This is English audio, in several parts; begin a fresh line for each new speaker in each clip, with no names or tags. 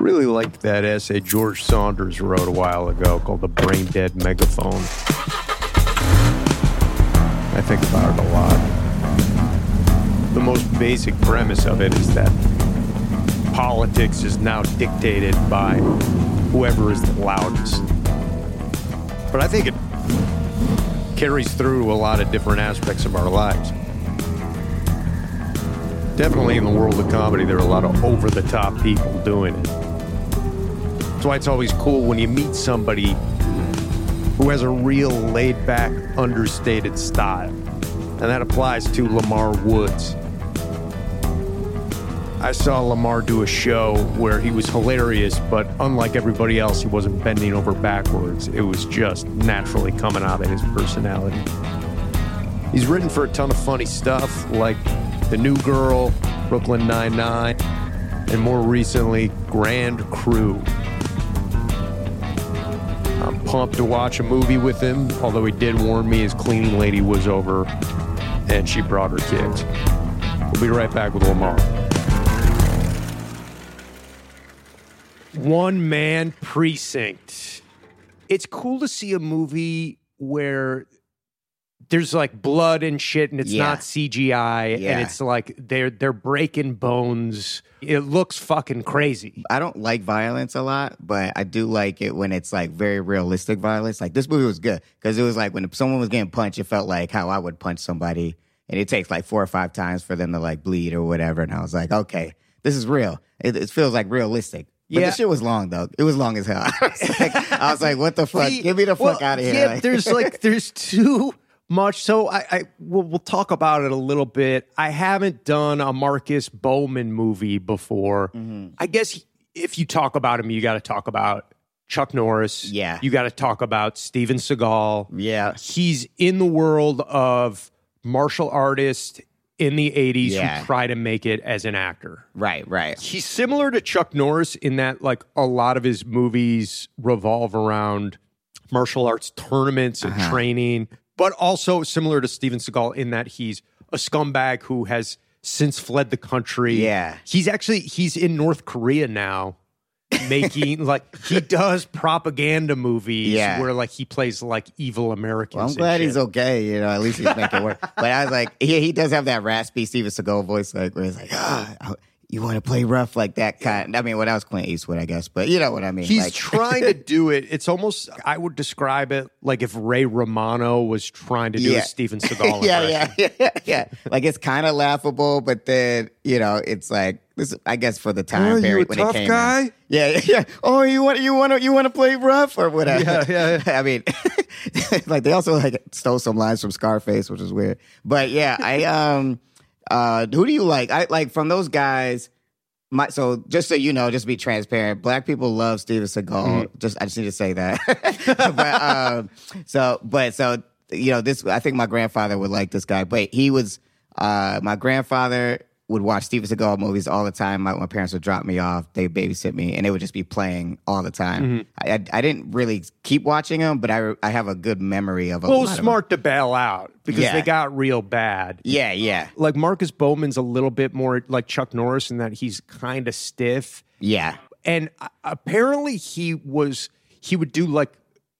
really liked that essay George Saunders wrote a while ago called The Brain Dead Megaphone. I think about it a lot. The most basic premise of it is that politics is now dictated by whoever is the loudest. But I think it carries through a lot of different aspects of our lives. Definitely in the world of comedy, there are a lot of over the top people doing it. That's why it's always cool when you meet somebody who has a real laid back, understated style. And that applies to Lamar Woods. I saw Lamar do a show where he was hilarious, but unlike everybody else, he wasn't bending over backwards. It was just naturally coming out of his personality. He's written for a ton of funny stuff like The New Girl, Brooklyn Nine-Nine, and more recently, Grand Crew. I'm pumped to watch a movie with him, although he did warn me his cleaning lady was over and she brought her kids. We'll be right back with Lamar. One Man Precinct. It's cool to see a movie where there's like blood and shit and it's
Yeah.
not CGI
Yeah.
and it's like they're they're breaking bones. It looks fucking crazy.
I don't like violence a lot, but I do like it when it's like very realistic violence. Like this movie was good because it was like when someone was getting punched, it felt like how I would punch somebody, and it takes like four or five times for them to like bleed or whatever. And I was like, okay, this is real. It, it feels like realistic. But
Yeah.
the shit was long though. It was long as hell. I was like, I was like what the fuck?
The-
Get me the
well,
fuck out of here.
Yeah,
Like-
there's like there's too much. So I, I we'll, we'll talk about it a little bit. I haven't done a Marcus Bowman movie before.
Mm-hmm.
I guess if you talk about him, you got to talk about Chuck Norris.
Yeah.
you got to talk about Steven Seagal.
yeah.
He's in the world of martial artists in the 80s
Yeah.
who try to make it as an actor
Right. Right.
he's similar to Chuck Norris in that like a lot of his movies revolve around martial arts tournaments and
Uh-huh.
training, but also similar to Steven Seagal in that he's a scumbag who has since fled the country.
Yeah.
He's actually he's in North Korea now making like he does propaganda movies
Yeah.
where like he plays like evil Americans.
Well, I'm
and
glad
shit.
he's okay. You know, at least he's making it work. But I was like, yeah, he does have that raspy Steven Seagal voice, like where he's like, ah, you want to play rough like that kind. I mean, well, that was Clint Eastwood, I guess, but you know what I mean.
He's
like,
trying to do it. It's almost I would describe it like if Ray Romano was trying to do
Yeah.
a Steven Seagal
yeah,
impression.
yeah, yeah, yeah, yeah. Like it's kind of laughable, but then you know, it's like this. I guess for the time
Oh, you
period
a
when
tough
it came
guy?
out. Yeah, yeah, yeah. Oh, you want you want to you want to play rough or whatever.
Yeah, yeah,
I mean, like they also like stole some lines from Scarface, which is weird. But yeah, I um, uh, who do you like? I like from those guys. My, so just so you know, just be transparent. Black people love Steven Seagal.
Mm-hmm.
Just I just need to say that. but um, so but so you know this. I think my grandfather would like this guy, but he was uh, my grandfather would watch Steven Seagal movies all the time. My, my parents would drop me off, they babysit me, and they would just be playing all the
Mm-hmm.
time. I, I I didn't really keep watching them, but I I have a good memory of a
Well,
lot
it was
of 'em.
smart to bail out because
Yeah.
they got real bad.
Yeah, yeah,
Like Marcus Bowman's a little bit more like Chuck Norris in that he's kind of stiff,
yeah,
and uh, apparently he was he would do like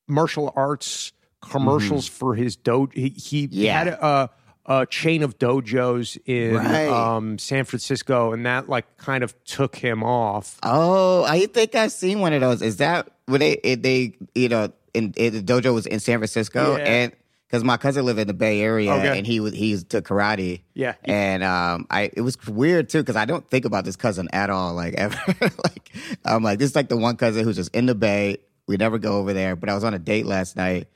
martial arts commercials for his dojo. He, he
Mm-hmm. Yeah.
had a, a chain of dojos in
Right.
um, San Francisco, and that like kind of took him off.
Oh, I think I've seen one of those. Is that where they it, they you know in it, the dojo was in San Francisco
Yeah.
and because my cousin lived in the Bay Area
Okay.
and he was he took karate.
Yeah.
and um, I it was weird too because I don't think about this cousin at all. Like ever, like I'm like this is like the one cousin who's just in the Bay. We never go over there. But I was on a date last night.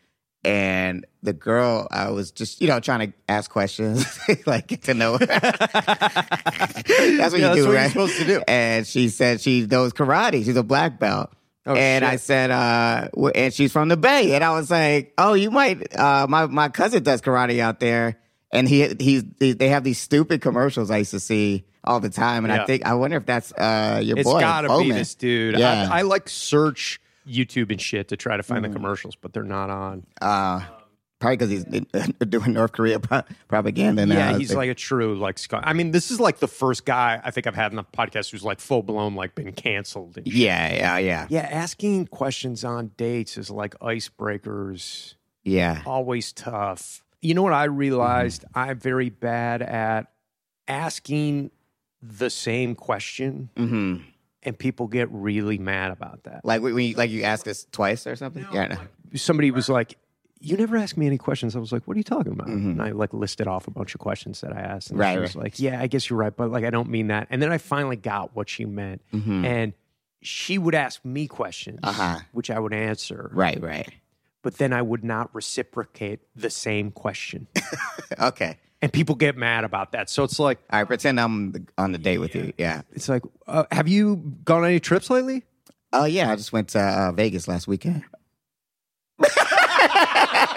And the girl, I was just, you know, trying to ask questions, like get to know her. that's what
Yeah,
you
that's
do,
what you're
right?
supposed to do.
and she said she knows karate. She's a black belt.
Oh,
and
shit.
I said, uh, wh- and she's from the Bay. And I was like, oh, you might. Uh, my my cousin does karate out there, and he he's he, they have these stupid commercials I used to see all the time. And
Yeah.
I think I wonder if that's uh, your
It's
boy.
gotta be
Bowman.
this dude.
Yeah. Mm.
I, I like search YouTube and shit to try to find the commercials, but they're not on.
Uh, Probably because he's doing North Korea pro- propaganda now.
yeah,
I
he's
think.
like a true like Scott. I mean, this is like the first guy I think I've had in the podcast who's like full blown like been canceled. and shit.
yeah, yeah, yeah,
Yeah, asking questions on dates is like icebreakers.
yeah.
always tough. You know what I realized
Mm-hmm.
I'm very bad at asking the same question
hmm
and people get really mad about that.
Like when you, like you ask us twice or something. yeah, no.
Somebody was like, "You never ask me any questions." I was like, "What are you talking about?"
Mhm.
And I like listed off a bunch of questions that I asked and
Right,
she was like, "Yeah, I guess you're right, but like I don't mean that." And then I finally got what she meant
Mhm.
and she would ask me questions
Uh-huh.
which I would answer,
right, right.
but then I would not reciprocate the same question.
Okay.
and people get mad about that. So it's like
All right. Pretend I'm the, on the date with you. Yeah.
it's like, uh, have you gone on any trips lately?
Oh yeah, I just went to uh, Vegas last weekend.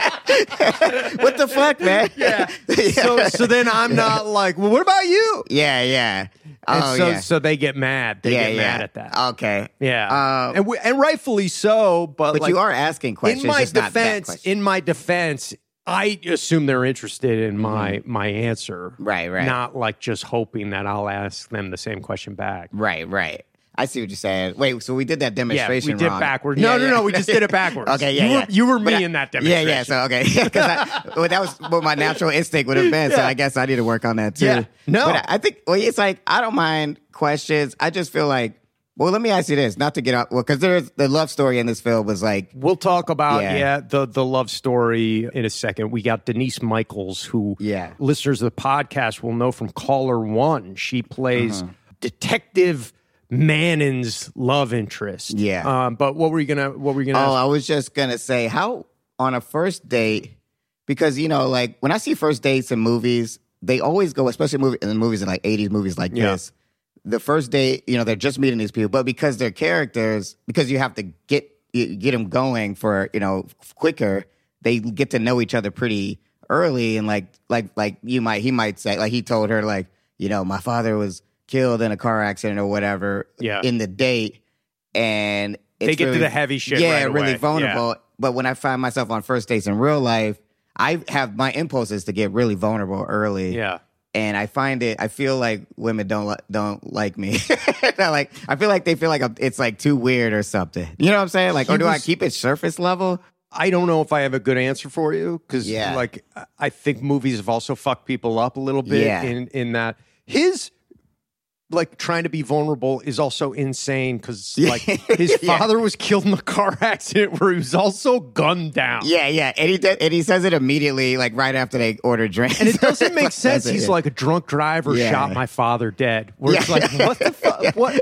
what the fuck, man? Yeah.
So, so then I'm not like, well, what about you?
yeah, yeah.
And
Oh
so,
yeah.
so they get mad. They
yeah,
get
yeah.
mad at that.
Okay.
yeah,
Uh,
and we, and rightfully so. But,
But
like,
you are asking questions.
in my
just not that
defense,
question.
in my defense, I assume they're interested in my my answer,
Mm-hmm. right, right,
not like just hoping that I'll ask them the same question back.
right, right. I see what you're saying. Wait, so we did that
Yeah, we
demonstration.
did
wrong.
backward.
Yeah,
No, no,
yeah.
no, we just did it backwards.
Okay, yeah,
you
yeah.
were, you were me
But I-
in that
Yeah,
demonstration.
yeah. So okay, because well, that was what my natural instinct would have been. So I guess I need to work on that too.
Yeah. No.
but I, I think well, it's like I don't mind questions. I just feel like well, let me ask you this, not to get off well, because there's the love story in this film was like
We'll talk about yeah.
Yeah.
the the love story in a second. We got Denise Michaels, who
Yeah.
listeners of the podcast will know from Caller One. She plays
Mm-hmm.
Detective Mannon's love interest.
Yeah.
Um, but what were you gonna what were you gonna?
Oh,
ask?
I was just gonna say how on a first date, because you know, like when I see first dates in movies, they always go, especially movie in the movies in like eighties movies like
Yeah.
this. The first date, you know, they're just meeting these people, but because they're characters, because you have to get you get them going for you know quicker, they get to know each other pretty early, and like like like you might he might say like he told her like you know my father was killed in a car accident or whatever
Yeah.
in the date, and
They
it's
get to
really-
the heavy shit
Yeah,
right
really
away.
vulnerable. But when I find myself on first dates in real life, I have my impulse is to get really vulnerable early.
yeah.
And I find it. I feel like women don't li- don't like me. They're like I feel like they feel like I'm, it's like too weird or something. You know what I'm saying? Like,
He
or do I
was-
keep it surface level?
I don't know if I have a good answer for you because,
Yeah.
like, I- I think movies have also fucked people up a little bit
Yeah.
in in that his like trying to be vulnerable is also insane because
Yeah.
like his
Yeah.
father was killed in a car accident where he was also gunned down.
Yeah, yeah. And he does, and he says it immediately, like right after they order drinks.
And it doesn't make
Like,
sense.
that's it,
He's
yeah.
like a drunk driver
Yeah.
shot my father dead. Where it's like, what the fuck? What?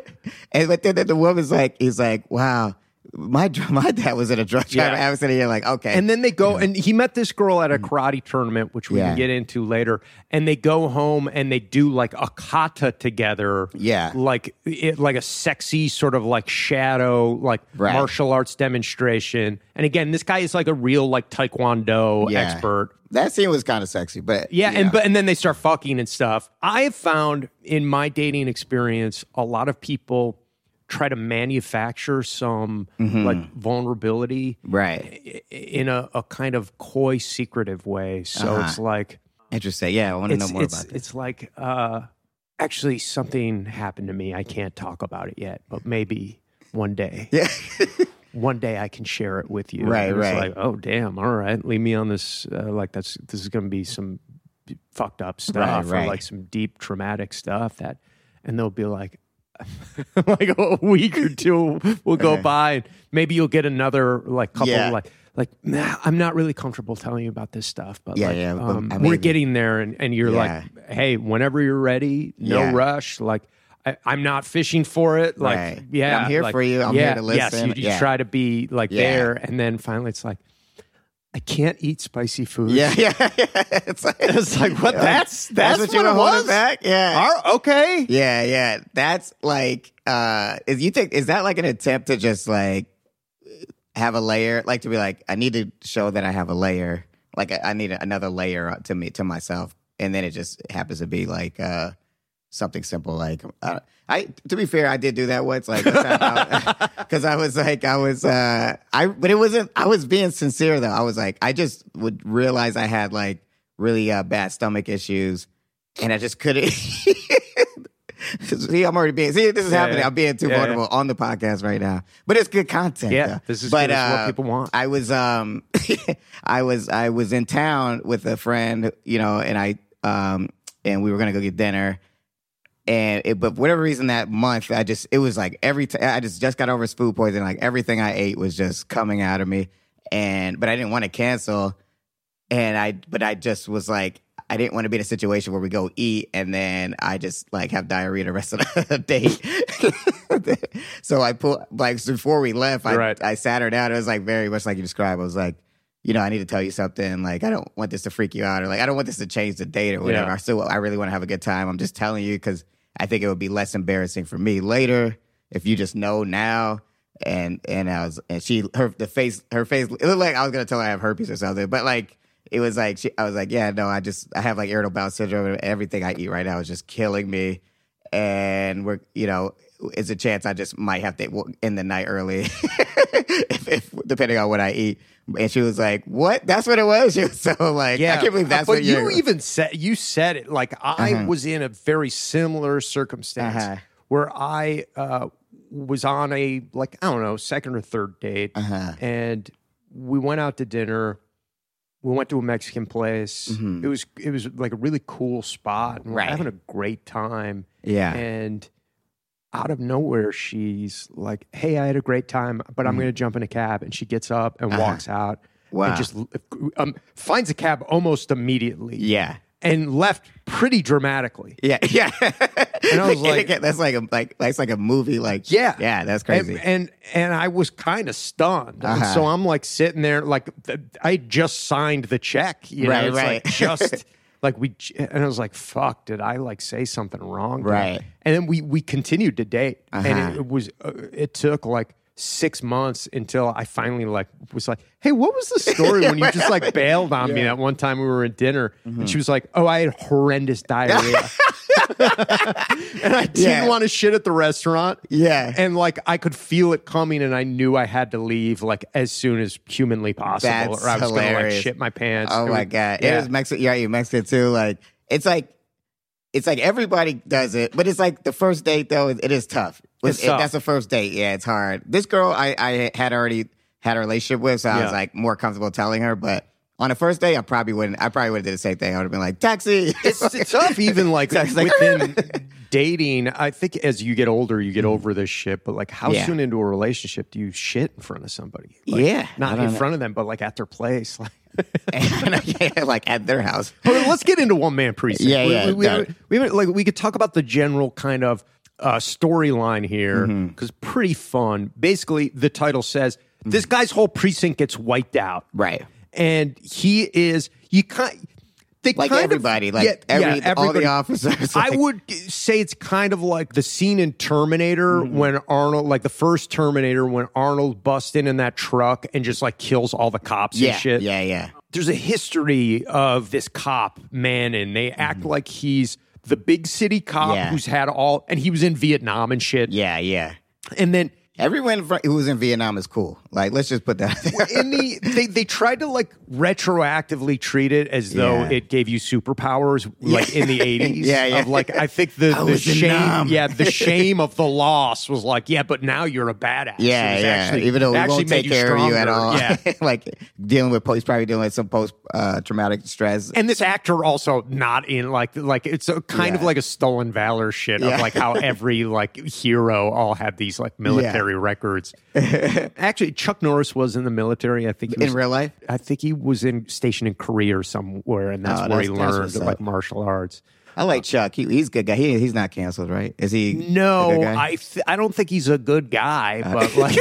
And but then, then the woman's like, he's like, wow, my dr- my dad was in a drug
Yeah.
driver accident. You're like, okay,
And then they go, and he met this girl at a karate tournament, which we
Mm. Yeah.
can get into later. And they go home and they do like a kata together.
Yeah.
Like it, like a sexy sort of like shadow, like
Right.
martial arts demonstration. And again, this guy is like a real like taekwondo
Yeah.
expert.
that scene was kind of sexy, but
Yeah, and but and then they start fucking and stuff. I have found in my dating experience a lot of people try to manufacture some
Mm-hmm.
like vulnerability
right,
i- in a, a kind of coy, secretive way. So
Uh-huh.
it's like
interesting. Yeah, I want to know
it's
more
it's,
about this.
it's like uh, actually something happened to me. I can't talk about it yet, but maybe one day.
Yeah,
One day I can share it with you.
Right,
And it's
right.
Like oh damn, all right, leave me on this. Uh, like that's this is going to be some fucked up stuff or
right.
like some deep traumatic stuff that, and they'll be like. like a week or two will go by and maybe you'll get another like couple
Yeah.
like like nah, I'm not really comfortable telling you about this stuff but
Yeah,
like
yeah, well,
um,
I
we're
mean-
getting there and, and you're
Yeah.
like hey whenever you're ready no
Yeah.
rush like I, I'm not fishing for it like
Right.
yeah
I'm here
like,
for you. I'm here
yeah,
to
yes,
listen.
you, you
Yeah.
try to be like
Yeah.
there and then finally it's like I can't eat spicy food
yeah, yeah. yeah. It's like,
it's like what that's that's,
what
what,
you
it
were holding
was
back. Yeah,
Are- okay
yeah, yeah. That's like, uh, is you think is that like an attempt to just like have a layer, like to be like, I need to show that I have a layer, like I, I need another layer to me to myself, and then it just happens to be like, uh, something simple like uh, I. To be fair, I did do that once, like because I was like I was uh I, but it wasn't. I was being sincere though. I was like I just would realize I had like really uh, bad stomach issues, and I just couldn't. See, I'm already being. See, this is
Yeah,
happening.
yeah.
I'm being too
Yeah, yeah.
vulnerable on the podcast right now, but it's good content.
Yeah,
though.
this is
But,
good. It's what
uh,
people want.
I was um I was I was in town with a friend, you know, and I um and we were gonna go get dinner. And it, but for whatever reason that month I just it was like every time I just just got over food poisoning like everything I ate was just coming out of me and but I didn't want to cancel and I but I just was like I didn't want to be in a situation where we go eat and then I just like have diarrhea the rest of the day. so I put like so before we left, I
Right.
I sat her down. It was like very much like you described. I was like, you know, I need to tell you something. Like I don't want this to freak you out or like I don't want this to change the date or whatever.
Yeah.
I still I really want to have a good time. I'm just telling you because I think it would be less embarrassing for me later if you just know now. And and I was and she her the face her face it looked like I was gonna tell her I have herpes or something, but like it was like she, I was like yeah no I just I have like irritable bowel syndrome and everything I eat right now is just killing me, and we're you know it's a chance I just might have to end the night early, if, if, depending on what I eat. And she was like, "What? That's what it was." She was so like, "I can't believe
uh,
that's
but
what you're."
you even said. You said it like I
Uh-huh.
was in a very similar circumstance
Uh-huh.
where I uh, was on a like I don't know second or third date,
Uh-huh.
and we went out to dinner. We went to a Mexican place.
Mhm.
It was it was like a really cool spot. And we
Right.
we're having a great time,
yeah.
and out of nowhere she's like, "Hey, I had a great time, but I'm going to jump in a cab." And she gets up and
Mm-hmm. Uh-huh.
walks out.
Wow.
And just um, finds a cab almost immediately
yeah.
and left pretty dramatically.
Yeah, yeah.
And I was like-
that's like a like that's like a movie, like
Yeah.
yeah, that's crazy.
And, and and I was kind of stunned. And
Uh-huh.
so I'm like sitting there, like th- I just signed the check. You
Right,
know, it's
right.
like just like we j- and I was like, fuck, did I like say something wrong? Did I-
Right.
And then we we continued to date, and
Uh-huh.
it, it was uh, it took like. Six months until I finally like was like, "Hey, what was the story when you just like bailed on me that one time we were at dinner?"
Mm-hmm.
And she was like, "Oh, I had horrendous diarrhea, and I didn't
Yeah.
want to shit at the restaurant."
yeah,
and like I could feel it coming, and I knew I had to leave like as soon as humanly possible,
That's
or I was gonna like
hilarious.
shit my pants.
oh
It
my
was-
god, it
yeah.
was Mexican. Yeah, you Mexican too. Like it's like it's like everybody does it, but it's like the first date though. It is tough.
It's tough.
That's the first date. Yeah, it's hard. This girl I I had already had a relationship with, so I
Yeah.
was like more comfortable telling her, but. On the first day, I probably wouldn't. I probably would have did the same thing. I would have been like, "Taxi."
it's, it's tough, even like
It's like-
within dating. I think as you get older, you get over this shit. But like, how
Yeah.
soon into a relationship do you shit in front of somebody? Like,
Yeah, I
not
don't
in
know.
front of them, but like at their place. Like,
yeah, like at their house.
But let's get into one man precinct.
Yeah,
we,
yeah,
We, we,
no.
haven't- we haven't- like we could talk about the general kind of uh, storyline here
Mm-hmm.
because pretty fun. Basically, the title says this guy's whole precinct gets wiped out,
Right.
and he is you kind. They
like
kind of-
everybody, like
yeah,
every
yeah,
all
everybody.
the officers.
I
like-
would say it's kind of like the scene in Terminator
Mm-hmm.
when Arnold, like the first Terminator, when Arnold busts in in that truck and just like kills all the cops
yeah,
and shit
yeah, yeah,
there's a history of this cop man and they act like he's the big city cop
Mm-hmm. Yeah.
who's had all and he was in vietnam and shit
yeah, yeah.
and then
Everyone fr- who was in Vietnam is cool. Like, let's just put that.
in the they, they tried to like retroactively treat it as though
Yeah.
it gave you superpowers like in the 80s
Yeah, yeah.
of like i think the,
I
the
was in
shame
Nam.
yeah the shame of the loss was like yeah but now you're a badass It
yeah,
was
yeah.
actually-
Even though
it
we
actually
won't
made
take care of you at
stronger.
all.
yeah
like dealing with post, probably dealing with some post uh, traumatic stress.
and this actor also not in like like it's a kind of
Yeah.
like a stolen valor shit
Yeah.
of like how every like hero all had these like military records. Actually, Chuck Norris was in the military. I think he
in
was,
real life,
I think he was in stationed in Korea or somewhere, and that's
Oh,
where he
that's- that's
learned
what's up.
like martial arts.
I
Uh-huh.
like Chuck. He, he's a good guy. He, he's not canceled, right? Is he? a
No,
good guy? Uh,
I th- I don't think he's a good guy, but like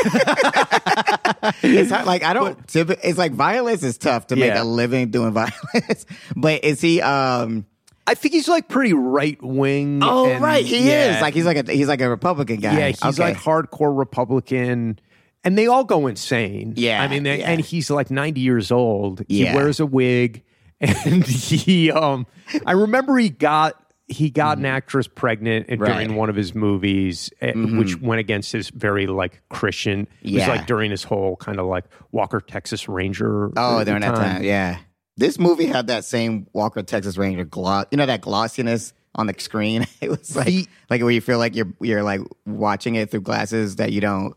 It's not like I don't. typi- it's like violence is tough to make
Yeah.
a living doing violence. but is he? um
I think he's like pretty right wing.
Oh right, he is like he's like a he's like a Republican guy.
Yeah, he's
Okay.
like hardcore Republican, and they all go insane.
Yeah,
I mean, they,
yeah.
and he's like ninety years old. He
Yeah.
wears a wig, and he. Um, I remember he got he got an actress pregnant
Mm-hmm. Right.
during one of his movies, eh,
Mhm.
which went against his very like Christian. It
Yeah.
was like during his whole kind of like Walker Texas Ranger.
Oh,
uh,
during that time, yeah. This movie had that same Walker Texas Ranger gloss, you know that glossiness on the screen. It was like
The-
like where you feel like you're you're like watching it through glasses that you don't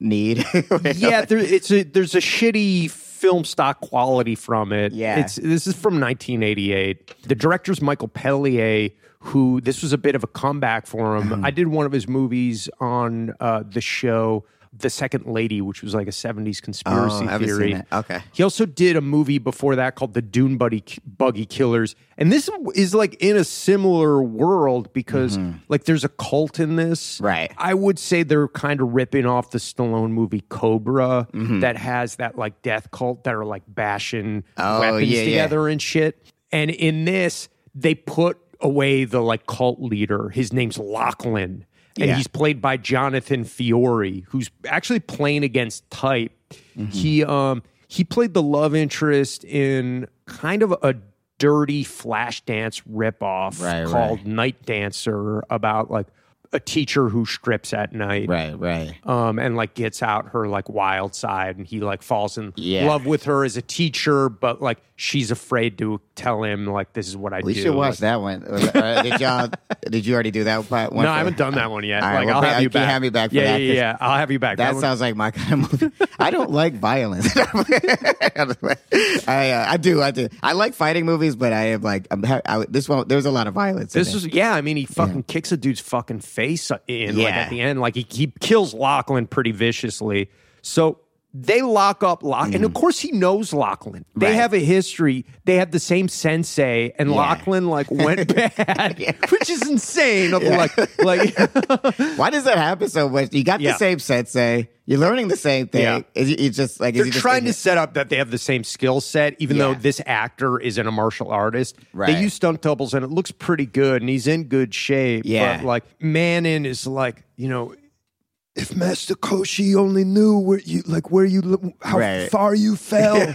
need.
yeah, there, it's a, there's a shitty film stock quality from it.
Yeah.
it's this is from 1988. The director's Michael Pellier, who this was a bit of a comeback for him.
Mm-hmm.
I did one of his movies on uh, the show. The Second Lady, which was like a 70s conspiracy
Oh, I haven't seen
theory.
that. Okay.
He also did a movie before that called The Dune Buddy Buggy Killers. And this is like in a similar world because like there's a cult in this.
Mm-hmm. Right.
I would say they're kind of ripping off the Stallone movie Cobra
Mm-hmm.
that has that like death cult that are like bashing
Oh,
weapons
yeah, yeah.
together and shit. And in this, they put away the like cult leader. His name's Lachlan. And
Yeah.
he's played by Jonathan Fiore, who's actually playing against type.
Mm-hmm.
He um he played the love interest in kind of a dirty flash dance ripoff
Right,
called Night Dancer about like a teacher who strips at night
Right, right.
um, and like gets out her like wild side and he like falls in
Yeah.
love with her as a teacher, but like she's afraid to tell him like this is what I
We
do.
should watch
Like,
that one. Or did y'all? did you already do that part? one
no, I
for-
haven't done that one yet.
All right,
like
well,
I'll
bring-
have you
can you
back.
have me back for
yeah,
that?
yeah, yeah. I'll have you back.
That
one-
sounds like my kind of movie. I don't like violence. I uh, I do I do I like fighting movies, but I am like I'm ha- I, this one. There's a lot of violence. in
This
it.
is yeah. I mean, he fucking kicks a dude's fucking face in like
Yeah.
at the end. Like he, he kills Lachlan pretty viciously. So they lock up Lachlan, and of course he knows Lachlan. They
Mm. Right.
have a history. They have the same sensei, and Lachlan like went bad, which is insane. Of Like like
Why does that happen so much? You got
Yeah.
the same sensei. You're learning the same thing.
Yeah.
Is you, you just like
they're
is he just
trying
in
to
it?
set up that they have the same skill set, even though
Yeah.
this actor isn't a martial artist.
Right.
They use stunt doubles, and it looks pretty good, and he's in good shape.
Yeah.
But like Manon is like, you know, if Master Koshi only knew where you like where you li- how
Right.
far you fell,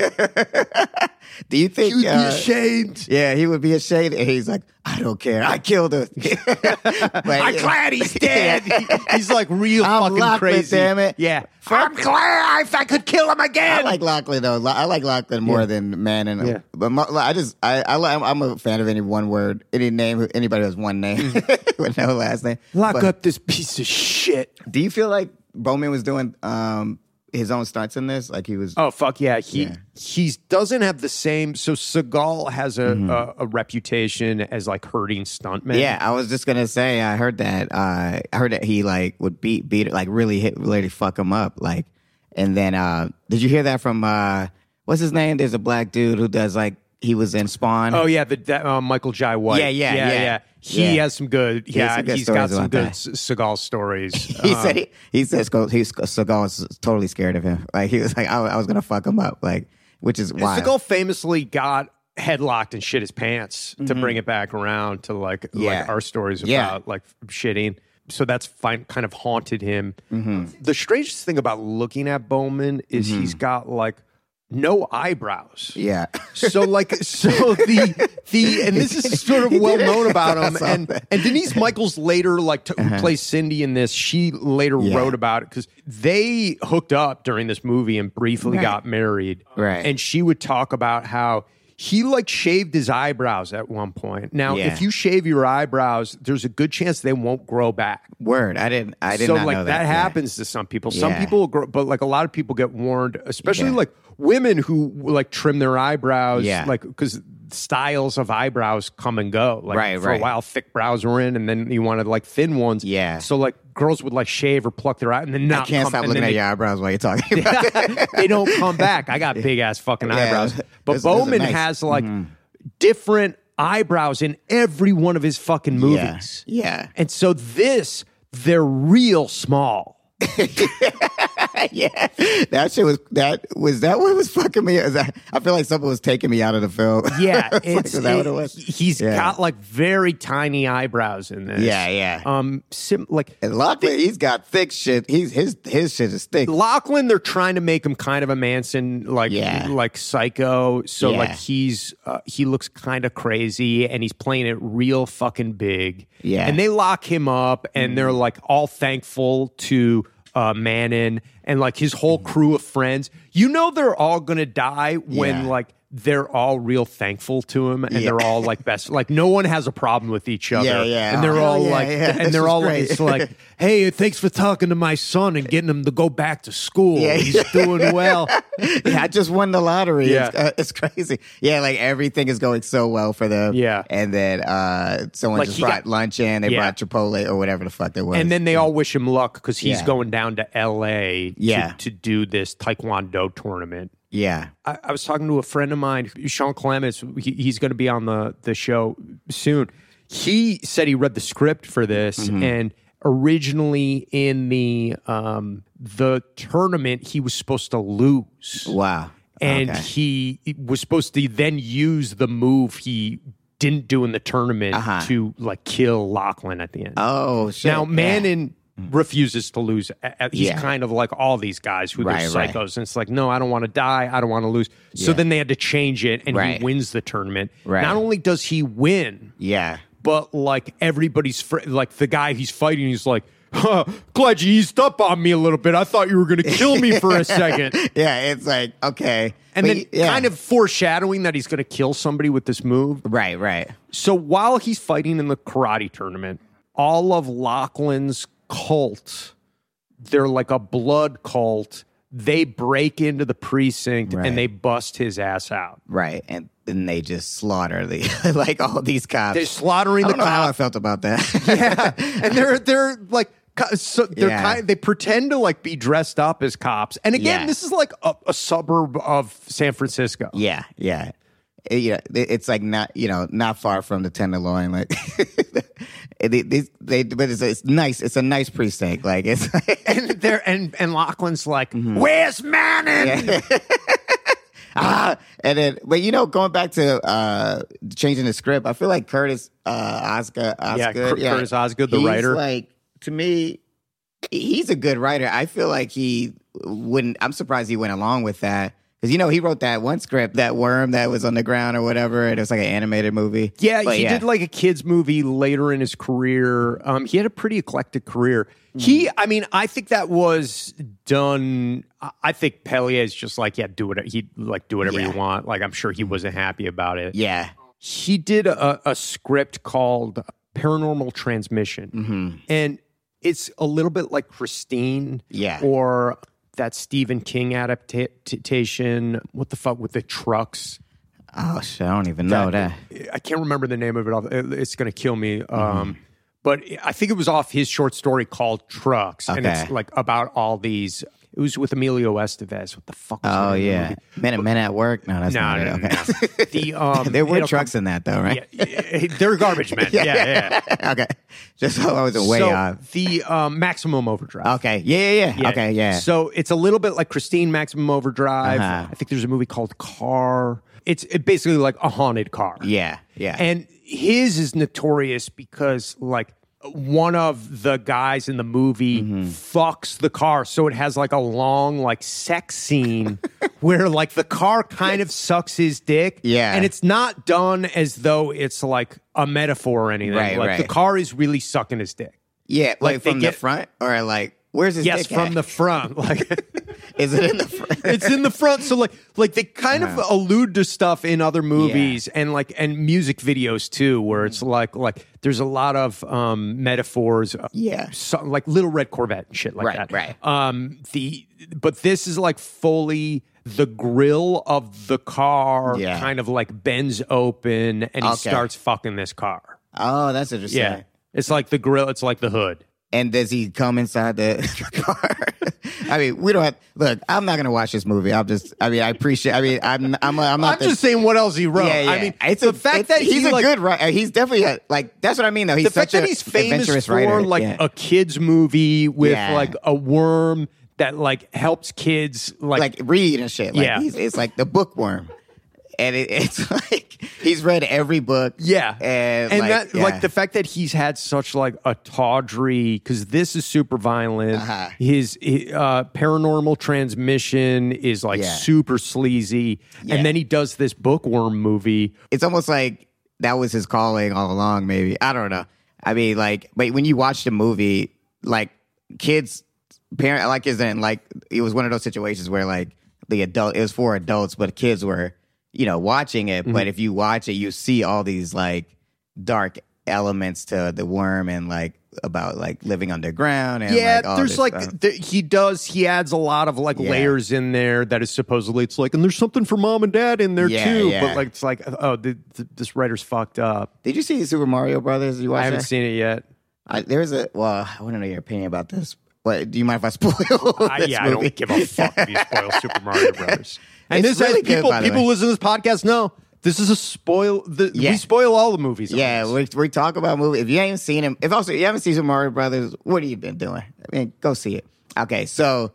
Do you think?
you'd be
uh,
ashamed.
yeah, he would be ashamed. And he's like, I don't care. I killed him.
I'm glad he's dead. He- he's like real
I'm
fucking
Lachlan,
crazy.
damn it.
Yeah.
Fuck.
I'm glad if I could kill him again.
I like Lachlan though. Lo- I like Lachlan more than Manon.
Yeah.
But my, I just I, I li- I'm, I'm a fan of any one word, any name, anybody who has one name with no last name.
Mm-hmm. Lock
But
up this piece of shit.
Do you feel like Bowman was doing um his own stunts in this? Like he was.
Oh fuck yeah, he
Yeah.
he doesn't have the same. So Seagal has a, a a reputation as like hurting stuntmen.
Mm-hmm. Yeah, I was just gonna say. I heard that. Uh, I heard that he like would beat beat like really hit really fuck him up. Like, and then uh, did you hear that from uh, what's his name? There's a black dude who does like he was in Spawn.
Oh yeah, the that, uh, Michael Jai White.
Yeah, yeah, yeah.
He
Yeah.
has some good. Yeah,
has some good
he's got
stories
some
about
good
that.
S- Seagal stories.
He
Um,
said he, he said Sco- he's Seagal was totally scared of him. Like he was like I, I was gonna fuck him up. Like which is wild.
Seagal famously got headlocked and shit his pants to bring it back around to like
Mm-hmm. Yeah.
like our stories about
Yeah.
like shitting. So that's fine, kind of haunted him.
Mm-hmm.
The strangest thing about looking at Bowman is he's got like no eyebrows.
Yeah,
So like so the the and this is sort of well known about him and and Denise Michaels later like to, who plays Cindy in this she later
Uh-huh. Yeah.
wrote about it because they hooked up during this movie and briefly
Right.
got married
Right.
and she would talk about how he like shaved his eyebrows at one point now
Yeah.
if you shave your eyebrows there's a good chance they won't grow back
word. I didn't. I did
so
not
like
know that.
that,
Yeah.
happens to some people. Some
Yeah.
people, grow, but like a lot of people get warned, especially
Yeah.
like women who like trim their eyebrows,
Yeah.
like because styles of eyebrows come and go. Like
Right,
for a
right.
while, thick brows were in, and then you wanted like thin ones.
Yeah.
So like girls would like shave or pluck their eye, and then
I
not
can't
come-
stop
and
looking
then
at your eyebrows while you're talking. About it.
they don't come back. I got big ass fucking eyebrows. But
Those- those are
Bowman
nice. Mm-hmm.
has like different eyebrows in every one of his fucking movies.
Yeah.
And so this, they're real small.
yeah, that shit was that was that what was fucking me. Is that, I feel like something was taking me out of the film.
Yeah,
It's like,
it's,
is that what
it-
it was?
he's
Yeah.
got like very tiny eyebrows in this.
Yeah, yeah.
Um, sim- like
And Lachlan, he's got thick shit. He's his his shit is thick.
Lachlan, they're trying to make him kind of a Manson, like
Yeah.
like psycho. So
Yeah.
like he's uh, he looks kind of crazy, and he's playing it real fucking big.
Yeah. Mm.
and they lock him up, and they're like all thankful to uh, Manon and like his
Mm.
whole crew of friends. You know, they're all gonna die when
Yeah.
like. They're all real thankful to him, and
Yeah.
they're all like best. Like no one has a problem with each other,
Yeah, yeah.
and they're
Oh,
all
yeah,
like,
yeah.
and
This
they're
is
all
great.
it's like, hey, thanks for talking to my son and getting him to go back to school.
Yeah.
He's doing well.
yeah, I just won the lottery.
Yeah.
It's, uh, it's crazy. Yeah, like everything is going so well for them.
Yeah.
And then uh, someone
Like,
just
he got-
brought lunch in. They
Yeah.
brought Chipotle or whatever the fuck they was.
And then they all wish him luck because he's
Yeah.
going down to LA
Yeah.
to, to do this Taekwondo tournament.
yeah.
I, I was talking to a friend of mine, Sean Clements. He, he's going to be on the, the show soon. He said he read the script for this,
Mm-hmm.
and originally in the um, the tournament, he was supposed to lose.
Wow.
and
Okay.
he was supposed to then use the move he didn't do in the tournament
Uh-huh.
to like kill Lachlan at the end.
Oh shit.
now
Yeah. Mm.
Manon refuses to lose. Uh, uh, He's
Yeah.
kind of like all these guys who
Right,
they're
right.
psychos, and it's like, no, I don't want to die. I don't want to lose. So
Yeah.
then they had to change it, and
Right.
he wins the tournament.
Right.
Not only does he win,
Yeah.
but like everybody's fr- like the guy he's fighting, he's like. Huh, glad you eased up on me a little bit. I thought you were going to kill me for a second.
Yeah. It's like okay.
And
But
then
yeah.
kind of foreshadowing that he's going to kill somebody with this move.
right. Right.
So while he's fighting in the karate tournament, all of Lachlan's cult, they're like a blood cult. They break into the precinct
Right.
and they bust his ass out.
Right. And then they just slaughter the like all these cops.
They're slaughtering
I
the
don't know
cop.
how I felt about that.
yeah, and they're they're like co- so they're
Yeah.
kind they pretend to like be dressed up as cops. And again,
Yeah.
this is like a, a suburb of San Francisco.
Yeah, yeah. It- you know, it- it's like not you know not far from the Tenderloin. Like it- it- it's- they, but it's, it's nice. It's a nice precinct. Like it's
And they're and and Lachlan's like,
Mm-hmm.
"Where's Manning?"
ah, and then but you know going back to uh changing the script, I feel like Curtis uh Oscar
Yeah,
Osgood,
Cur- Curtis Osgood, the
he's
writer.
Like to me, he's a good writer. I feel like he wouldn't. I'm surprised he went along with that. Cause you know he wrote that one script, that worm that was on the ground or whatever, and it was like an animated movie.
Yeah,
But
he did like a kids movie later in his career. Um, he had a pretty eclectic career. He,
Mm-hmm.
I mean, I think that was done. I- I think Pellier is just like, yeah, do what he like, do whatever
Yeah. Mm-hmm.
you want. Like, I'm sure he wasn't happy about it.
yeah,
He did a, a script called Paranormal Transmission,
Mm-hmm.
and it's a little bit like Christine,
Yeah.
or that Stephen King adaptation. What the fuck with the trucks?
Oh shit! I don't even know that.
I can't remember the name of it. off- it- It's going to kill me.
Mm-hmm.
Um, But I think it was off his short story called Trucks, and it's
Okay.
like about all these. It was with Emilio Estevez. What the fuck? Was
Oh
the name of
yeah, men at men at work. No, that's
the
not
movie? No,
it.
no,
Okay.
no. The um,
there were
it'll
trucks in that though,
come-
right?
yeah, yeah, they're garbage men. Yeah, yeah.
okay, just so I was way
so
off.
the um, Maximum Overdrive.
Okay, yeah, yeah, yeah.
Yeah.
Okay, yeah.
So it's a little bit like Christine Maximum Overdrive.
Uh-huh.
I think there's a movie called Car. It's it basically like a haunted car.
yeah, yeah,
And his is notorious because like one of the guys in the movie
Mm-hmm.
fucks the car. So it has like a long like sex scene where like the car kind of sucks his dick.
Yeah.
And it's not done as though it's like a metaphor or anything.
Right,
like the
right.
car is really sucking his dick.
yeah. Like,
they
from
get-
the front or like where's his?
Yes,
dick
from
at?
the front. Like
Is it in the front?
it's in the front. So like like they kind of allude to stuff in other movies and like and music videos too, where it's
Mm.
like like there's a lot of um metaphors. uh,
Yeah.
so- like Little Red Corvette and shit like
Right,
that.
right.
Um the but this is like fully the grill of the car
Yeah.
kind of like bends open and he
Okay.
starts fucking this car.
Oh, that's interesting.
Yeah. It's like the grill, it's like the hood.
And does he come inside the car? I mean, we don't have. Look, I'm not gonna watch this movie. I'm just. I mean, I appreciate. I mean, I'm. I'm. I'm not.
I'm
the-
just saying what else he wrote. I mean,
it's
the
a,
fact
it's-
that
he's
he,
a
like,
good writer. He's definitely a, like that's what I mean though. He's
the fact
such
that
a
he's famous
adventurous
for
writer.
like
yeah.
a kids movie with
Yeah.
like a worm that like helps kids like,
like read and shit. Like,
Yeah.
he's, it's like the bookworm, and it, it's like he's read every book.
yeah,
and, eh, like,
that
yeah.
like the fact that he's had such like a tawdry because this is super violent.
Uh-huh.
His he- uh, paranormal transmission is like
Yeah.
super sleazy,
Yeah.
and then he does this bookworm movie.
it's almost like that was his calling all along. Maybe I don't know. I mean, like, but when you watch the movie, like kids, parent, like isn't like it was one of those situations where like the adult it was for adults, but kids were you know watching it. But if you watch it, you see all these like dark elements to the worm and like about like living underground and
yeah,
like, all
there's
this
like
stuff.
th- he does. He adds a lot of like
Yeah.
layers in there that is supposedly it's like, and there's something for mom and dad in there
Yeah,
too.
yeah.
But like it's like, oh, th- th- this writer's fucked up.
Did you see Super Mario Brothers? You watched
I haven't
that?
seen it yet.
I, there's a well, I want to know your opinion about this. What do you mind if I spoil?
I,
this
yeah, I
movie?
don't give a fuck if you spoil Super Mario Brothers. And this
It's
has
really good,
people
by the
people
way.
listen to this podcast know this is a spoil. The,
Yeah.
We spoil all the movies. on
Yeah,
this.
we we talk about movies. If you ain't seen him, if also you haven't seen Super Mario Brothers, what have you been doing? I mean, go see it. Okay, so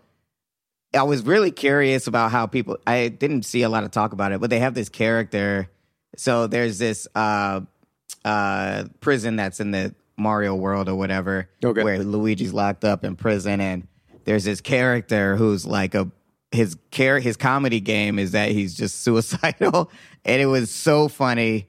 I was really curious about how people. I didn't see a lot of talk about it, but they have this character. So there's this uh, uh, prison that's in the Mario world or whatever,
Okay.
where Luigi's locked up in prison, and there's this character who's like a his care his comedy game is that he's just suicidal, and it was so funny.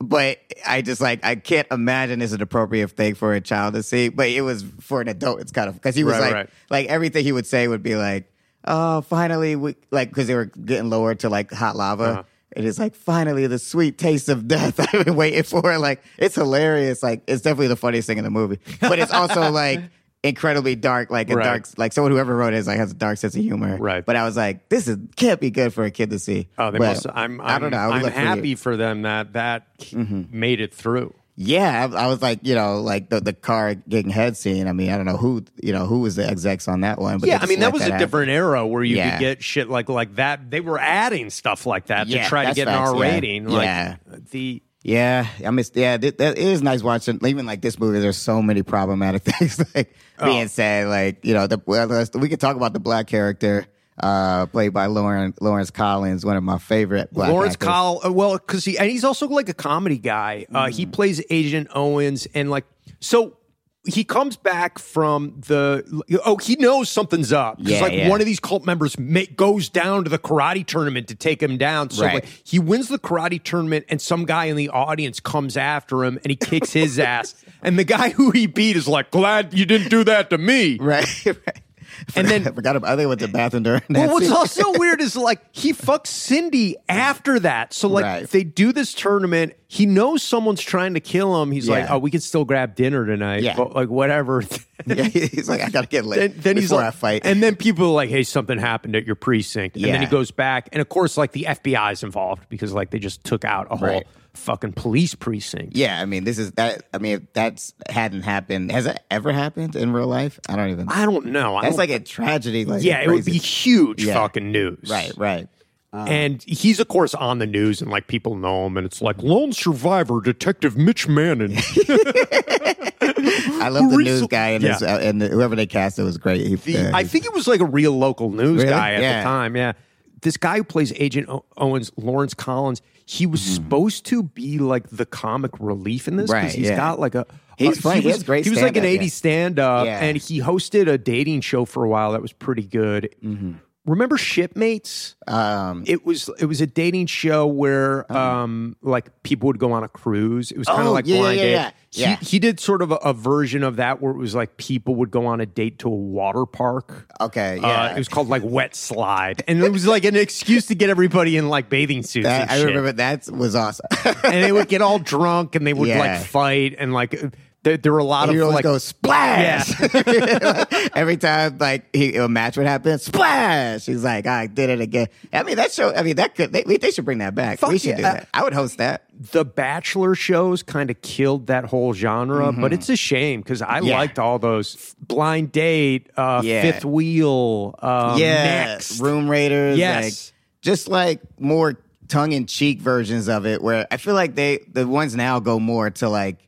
But I just like I can't imagine it's an appropriate thing for a child to see. But it was for an adult. It's kind of because he was
Right,
like
right.
like everything he would say would be like, "Oh, finally, we, like because they were getting lower to like hot lava."
Uh-huh.
And it's like finally the sweet taste of death I've been waiting for. Like it's hilarious. Like it's definitely the funniest thing in the movie, but it's also like incredibly dark. Like a
Right.
dark, like someone whoever wrote it is like has a dark sense of humor.
Right.
But I was like, this is can't be good for a kid to see.
Oh, they
But
must. I'm. I'm I am i
I do not know. I would
am
look for you. Mm-hmm.
happy for them that that made it through.
Yeah, I, I was like, you know, like the, the car getting head scene. I mean, I don't know who, you know, who was the execs on that one. But
Yeah,
they
I
just
mean that
let
was a
happen.
different era where you
Yeah.
could get shit like like that. They were adding stuff like that
Yeah,
to try to
that's
get an
facts,
R
yeah.
rating. Like
Yeah.
the
Yeah, I miss. Yeah, th- that, it is nice watching. Even like this movie, there's so many problematic things like
Oh.
being said. Like you know, the well, let's- we could talk about the black character uh, played by Lauren Lawrence Collins, one of my favorite black
Lawrence
actors.
Col, uh, well, because he and he's also like a comedy guy. Uh,
Mm-hmm.
He plays Agent Owens, and like so, he comes back from the oh, he knows something's up. 'Cause,
Yeah,
like
yeah.
one of these cult members ma- goes down to the karate tournament to take him down. So
Right.
like he wins the karate tournament, and some guy in the audience comes after him, and he kicks his ass. And the guy who he beat is like, "Glad you didn't do that to me."
right? right.
And then-
I forgot about. I think went to the bathroom during that.
Well, what's
scene.
also weird is like he fucks Cindy after that. So like
Right.
they do this tournament. He knows someone's trying to kill him. He's like,
Yeah.
oh, we can still grab dinner tonight.
Yeah.
But like whatever.
yeah, he's like, I gotta get lit
then then he's
before
like,
I fight.
and then people are like, hey, something happened at your precinct. And then he
Yeah.
goes back, and of course, like the FBI is involved because like they just took out a whole
Right.
fucking police precinct.
yeah, I mean, this is that. I mean, if that's hadn't happened. Has that ever happened in real life? I don't even.
I don't know. I
That's
don't-
like a tragedy. Like
yeah, it would be
crazy.
huge
Yeah.
fucking news.
right, right.
and he's of course on the news and like people know him and it's like lone survivor detective mitch manning
I love the
Reese-
news guy and, his, uh, and whoever they cast. It was great. He,
the,
uh,
i think it was like a real local news
Really?
guy at
Yeah.
the time yeah this guy who plays agent o- owens lawrence collins he was supposed to be like the comic relief in this
Mm-hmm. Right,
he's
yeah.
got like a
He's
uh,
funny. He
was,
has great
he was like an
stand-up, yeah.
80s stand-up
Yeah.
and he hosted a dating show for a while that was pretty good
Mm-hmm.
remember shipmates
um,
it was it was a dating show where um like people would go on a cruise. It was kind of
Oh,
like
yeah, yeah,
blind
yeah,
date.
yeah, yeah.
He, he did sort of a, a version of that where it was like people would go on a date to a water park.
okay, yeah.
Uh, it was called like Wet Slide, and it was like an excuse to get everybody in like bathing suits.
that,
and
I
shit.
remember that was awesome.
and they would get all drunk, and they would
Yeah.
like fight, and like there, there were a lot
he
of
always
like
goes splash every time. Like he, a match would happen, splash. He's like, I did it again. I mean, that show. I mean, that could they, they should bring that back.
Fuck
we should
yeah.
do that. I would host that.
the bachelor shows kind of killed that whole genre but it's a shame because i
Mm-hmm. Yeah.
liked all those blind date uh
Yeah.
fifth wheel um
yeah,
next.
Room Raiders.
Yes.
like, just like more tongue in cheek versions of it, where I feel like they the ones now go more to like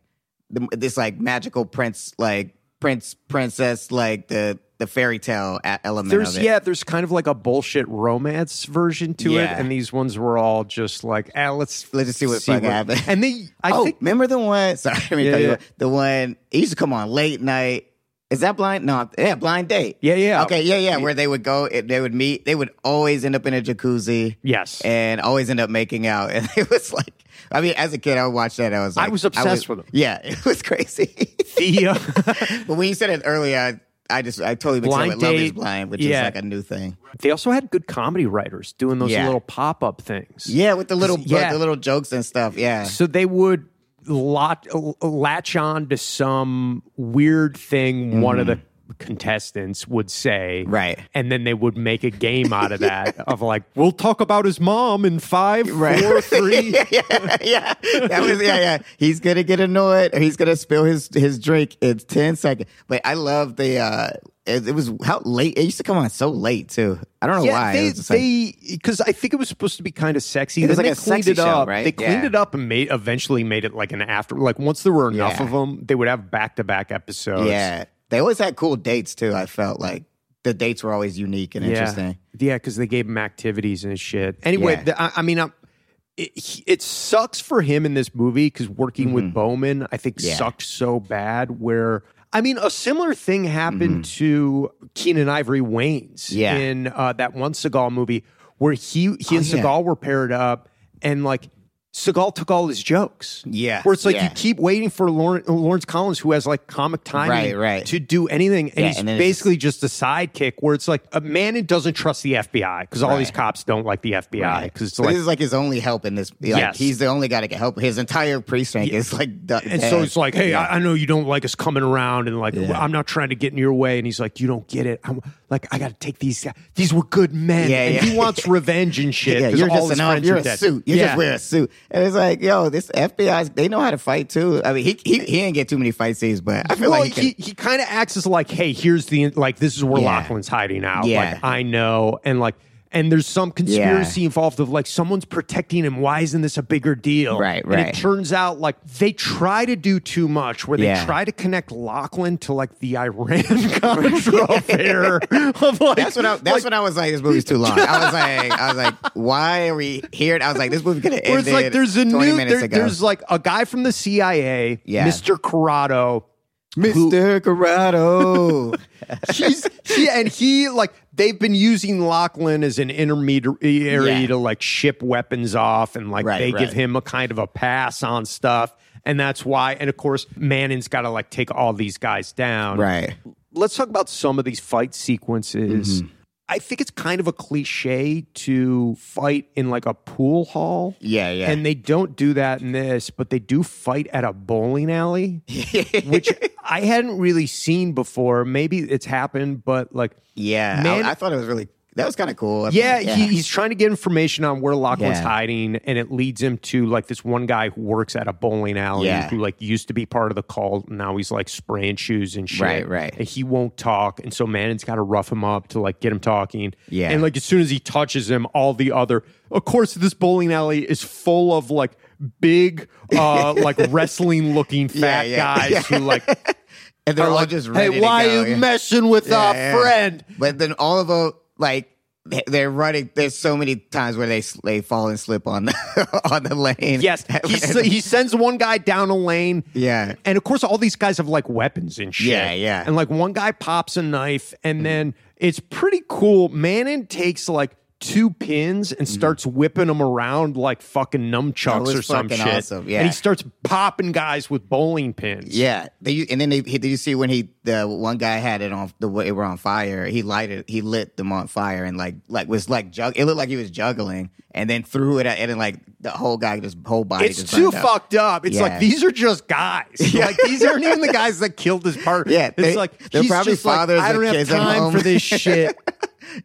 the, this like magical prince, like prince princess, like the the fairy tale a- element
There's
of it.
yeah, there's kind of like a bullshit romance version to
Yeah.
it, and these ones were all just like, ah, let's
Let's just see what fucking happens.
And they, I
oh,
think,
remember the one? Sorry, let me
Yeah,
cut you
yeah.
off. the one it used to come on late night. Is that blind? No, yeah, blind date.
yeah, yeah,
Okay, yeah, yeah, where they would go, it- they would meet, they would always end up in a jacuzzi
yes.
and always end up making out. And it was like, I mean, as a kid, I would watch that. I was
I
like,
was obsessed with 'em.
Yeah, it was crazy.
Theo,
but when you said it earlier, I, I just, I totally mixed
Blind
it up with Love is
Date.
Blind, which
Yeah.
is like a new thing.
they also had good comedy writers doing those
Yeah.
little pop up things.
Yeah, with the little,
Yeah.
the little jokes and stuff. Yeah.
So they would lot, latch on to some weird thing one of the contestants would say.
Right.
And then they would make a game out of that of like, we'll talk about his mom in five,
Right.
four, three.
yeah, yeah, yeah. That was yeah, yeah. He's gonna get annoyed. Or he's gonna spill his his drink in ten seconds. But I love the. uh it, it was how late it used to come on so late too. I don't know why. it
they
was just like-
because I think it was supposed to be kind of sexy.
was
Then
like
they
a
cleaned
sexy
it
show,
up.
right?
They cleaned
Yeah.
it up and made eventually made it like an after. Like once there were enough
Yeah.
of them, they would have back to back episodes.
yeah, they always had cool dates too. I felt like the dates were always unique and interesting.
Yeah, because they gave him activities and shit. Anyway,
Yeah.
the, I, I mean, I'm, it, he- it sucks for him in this movie because working with Bowman, I think,
Mm-hmm. Yeah.
sucked so bad. Where I mean, a similar thing happened to Keenan Ivory Wayne's
Mm-hmm. Yeah. Oh,
in uh, that one Seagal movie where he he and
yeah.
Seagal were paired up and like. Seagal took all his jokes.
Yeah,
Where it's like you
yeah.
keep waiting for Lawrence, Lawrence Collins, who has like comic timing
Right, right.
to do anything. And
Yeah,
he's
and then it's just-
basically just a sidekick where it's like a Manning doesn't trust the FBI because all these
Right.
cops don't like the FBI because it's
So
like,
this is like his only help in this. Like,
Yes.
he's the only guy that can help. His entire precinct is like, du-
and so
dead.
it's like, hey,
Yeah.
I, I know you don't like us coming around and like,
Yeah.
I'm not trying to get in your way. And he's like, you don't get it. I'm like, I got to take these. guys. These were good men.
Yeah,
and
yeah.
he wants revenge and shit.
Yeah,
'cause
you're
all
just
his
an elf.
friends
You're
are
a
dead.
suit. You
yeah.
just wear a suit, and it's like, yo, this FBI's they know how to fight too. I mean, he he, he didn't get too many fight scenes, but I feel
well,
like he,
he, he kind of acts as like, hey, here's the like, this is where
Yeah.
Lachlan's hiding out.
Yeah.
Like, I know, and like, and there's some conspiracy involved of like someone's protecting him. Why isn't this a bigger deal?
Right,
And
right.
it turns out like they try to do too much, where they
Yeah.
try to connect Lachlan to like the Iran Contra affair of like
That's what I. That's what I was like. This movie's too long. I was like, I was like, why are we here? I was like, this movie could have
Where it's
ended.
like there's a
20
new
minutes
there-
ago.
there's like a guy from the CIA,
Yeah.
Mr. Corrado, who-
Mr. Corrado.
he's he and he like they've been using Lachlan as an intermediary
Yeah.
to like ship weapons off and like
Right,
they
right.
give him a kind of a pass on stuff and that's why and of course Manning's got to like take all these guys down
right.
let's talk about some of these fight sequences
Mm-hmm.
I think it's kind of a cliche to fight in like a pool hall
Yeah, yeah.
and they don't do that in this, but they do fight at a bowling alley, which I hadn't really seen before. Maybe it's happened, but like,
yeah.
Man-
I, I thought it was really. That was kind of cool. I
yeah,
mean,
He, he's trying to get information on where Lachlan's
Yeah.
hiding, and it leads him to like this one guy who works at a bowling alley
Yeah.
who like used to be part of the cult. and Now he's like spraying shoes and shit.
Right, right.
And he won't talk, and so Manning's got to rough him up to like get him talking.
Yeah.
and like as soon as he touches him, all the other, of course, this bowling alley is full of like big, uh like wrestling looking
Yeah,
fat
yeah.
guys who like
and they're
are
all
like,
just ready
hey, why
to go.
are you
yeah.
messing with
Yeah,
our
yeah.
friend?
But then all of them, like they- they're running. There's so many times where they s- they fall and slip on the on the lane.
Yes, he s- he sends one guy down a lane.
Yeah.
and of course, all these guys have like weapons and shit.
Yeah, yeah. Mm-hmm.
And like one guy pops a knife, and then it's pretty cool. Manon takes like two pins and starts whipping them around like fucking
Mm-hmm. That
nunchucks
was
or some
fucking
shit.
awesome, yeah.
and he starts popping guys with bowling pins.
Yeah, they, and then they, he- did you see when he the one guy had it on the way it were on fire? He lighted he lit them on fire and like like was like jug. It looked like he was juggling and then threw it at and then like the whole guy just whole body.
It's
just
too
burned up.
fucked up. It's
Yeah.
like these are just guys. Like these aren't even the guys that killed his partner.
Yeah, they-
it's like
they're
he's
probably
just like,
fathers
I
with
don't have
kids at
time
home."
for this shit.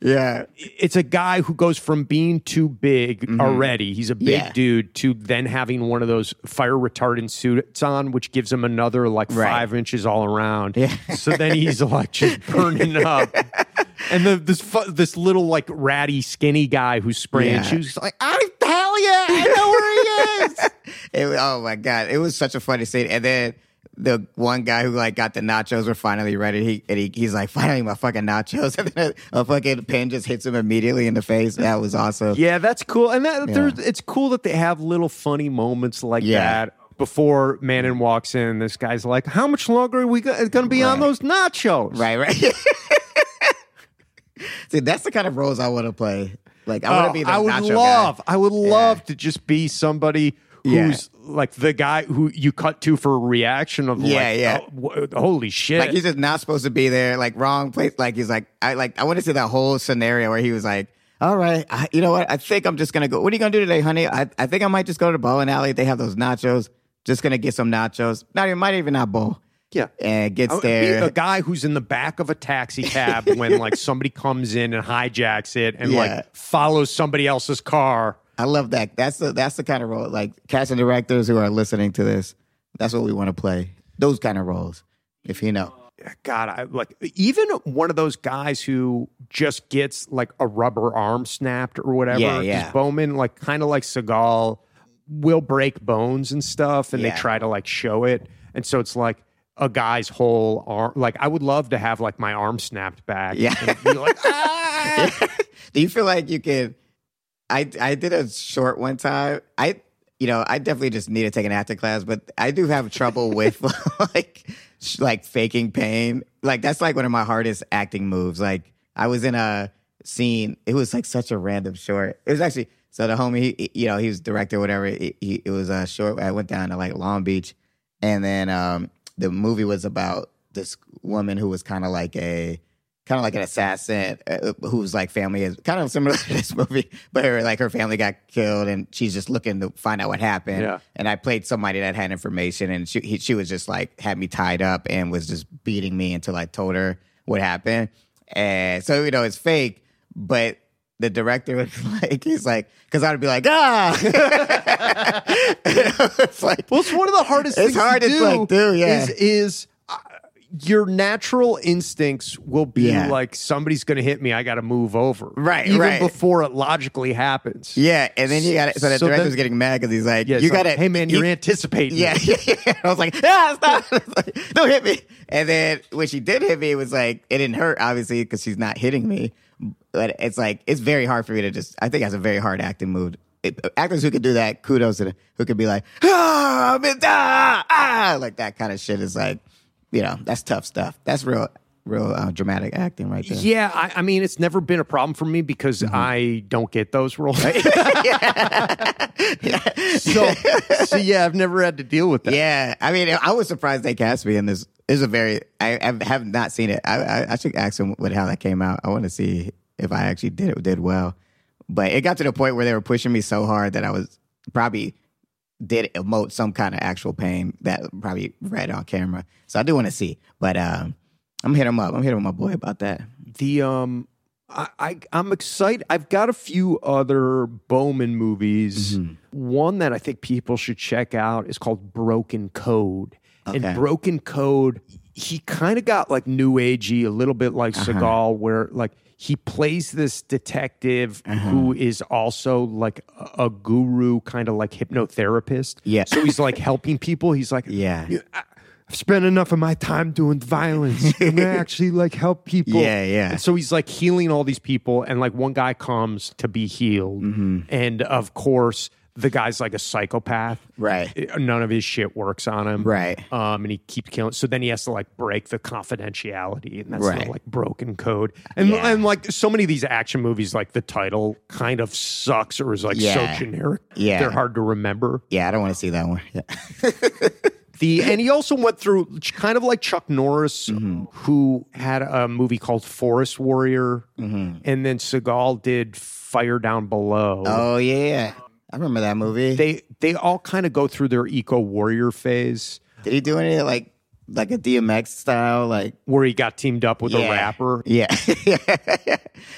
Yeah,
it's a guy who goes from being too big already, he's a big
Mm-hmm. Yeah.
dude, to then having one of those fire retardant suits on, which gives him another like
Right.
five inches all around. so then he's like just burning up. And the, this fu- this little like ratty skinny guy who's spraying
Yeah.
shoes, he's like, I hell yeah, I know where he is.
It- oh my god, it was such a funny scene. And then the one guy who like got the nachos were finally ready. He and he, he's like, finally my fucking nachos, and then a, a fucking pin just hits him immediately in the face. That was awesome.
Yeah, that's cool. And that
Yeah.
there's, it's cool that they have little funny moments like
Yeah.
that. Before Manon walks in, this guy's like, "How much longer are we going to be on
Right.
those nachos?"
Right, right. See, that's the kind of roles I want to play. Like I want
Oh,
to be the
I would
nacho guy.
love, I would love to just be somebody who's
Yeah.
like the guy who you cut to for a reaction of
Yeah,
like,
yeah.
"Oh, wh- holy shit.
Like he's just not supposed to be there. Like wrong place. Like he's like I like I want to see that whole scenario where he was like, "All right, I, you know what? I think I'm just gonna go. What are you gonna do today, honey? I, I think I might just go to the bowling alley. They have those nachos. Just gonna get some nachos. Not even might even not bowl.
yeah.
And
I
gets
would be
there.
a guy who's in the back of a taxi cab when like somebody comes in and hijacks it and
Yeah.
like follows somebody else's car.
I love that. That's the that's the kind of role. Like casting directors who are listening to this. That's what we want to play. Those kind of roles. If you know.
God, I like even one of those guys who just gets like a rubber arm snapped or whatever.
Yeah,
'cause
yeah.
Bowman, like kind of like Seagal, will break bones and stuff, and
Yeah.
they try to like show it, and so it's like a guy's whole arm. Like I would love to have like my arm snapped back.
Yeah.
and be like, "Ah!"
do you feel like you could I I did a short one time. I you know, I definitely just need to take an acting class, but I do have trouble with like sh- like faking pain. Like that's like one of my hardest acting moves. Like I was in a scene. It was like such a random short. It was actually so the homie, he, you know, he was director, whatever. He, he, it was a short. I went down to like Long Beach, and then um, the movie was about this woman who was kind of like a kind of like an assassin uh, whose like family is kind of similar to this movie, but her, like her family got killed and she's just looking to find out what happened.
Yeah.
And I played somebody that had information and she he, she was just like had me tied up and was just beating me until I told her what happened. And so you know it's fake, but the director was like he's like because I'd be like ah. it's like
Well, it's one of the hardest
It's
things
hard
to
to,
do.
like, do, yeah.
Is, is uh, your natural instincts will be
Yeah.
like somebody's going to hit me. I got to move over.
Right,
Even
right.
before it logically happens.
yeah, and then you got to So the
So then-
director was getting mad because he's like,
Yeah, it's
you
like,
got to
Hey man, you're anticipating.
Yeah,
it."
yeah, yeah. I was like, ah, stop. It's like, Don't hit me. And then when she did hit me, it was like, it didn't hurt, obviously, because she's not hitting me. But it's like, it's very hard for me to just, I think that's a very hard acting move. It- actors who could do that, kudos to them, who could be like, ah, I'm in- ah, ah, like that kind of shit is like, you know, that's tough stuff. That's real, real uh, dramatic acting right there.
Yeah, I, I mean, it's never been a problem for me because
Mm-hmm.
I don't get those roles. so, so yeah, I've never had to deal with that.
Yeah, I mean, I was surprised they cast me in this. It's a very I, I have not seen it. I, I I should ask him what how that came out. I want to see if I actually did it did well. But it got to the point where they were pushing me so hard that I was probably did emote some kind of actual pain that probably read on camera. So I do want to see. But um, I'm hitting him up. I'm hitting my boy about that.
the um I, I I'm excited. I've got a few other Bowman movies.
Mm-hmm.
One that I think people should check out is called Broken Code.
Okay.
And Broken Code, he kind of got like new agey, a little bit like
Uh-huh.
Seagal, where like he plays this detective
Uh-huh.
who is also like a, a guru, kind of like hypnotherapist.
Yeah.
So he's like helping people. He's like,
Yeah.
"You- I- I've spent enough of my time doing violence. I'm gonna actually like help people.
Yeah, yeah.
And so he's like healing all these people, and like one guy comes to be healed,
Mm-hmm.
and of course the guy's like a psychopath. Eh,
Right.
None of his shit works on him.
Right.
Um, and he keeps killing. So then he has to like break the confidentiality, and that's
Right.
the, like broken code. And
Yeah.
and like so many of these action movies, like the title kind of sucks or is like
Yeah.
so generic.
Yeah.
They're hard to remember.
Yeah, I don't want to see that one. Yeah.
The and he also went through kind of like Chuck Norris,
Mm-hmm.
who had a movie called Forest Warrior,
Mm-hmm.
and then Seagal did Fire Down Below.
Oh yeah, I remember that movie.
They they all kind of go through their eco warrior phase
Did he do any like like a DMX style like?
where he got teamed up with
Yeah.
a rapper.
Yeah,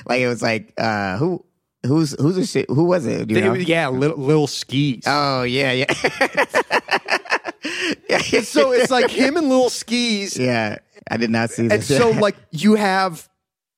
like it was like uh who who's who's a shit who was it? Do you
They-
know?
yeah, little, little skis.
Oh yeah, yeah. yeah.
so it's like him and Little Skis,
yeah, I did not see
and
this.
so like you have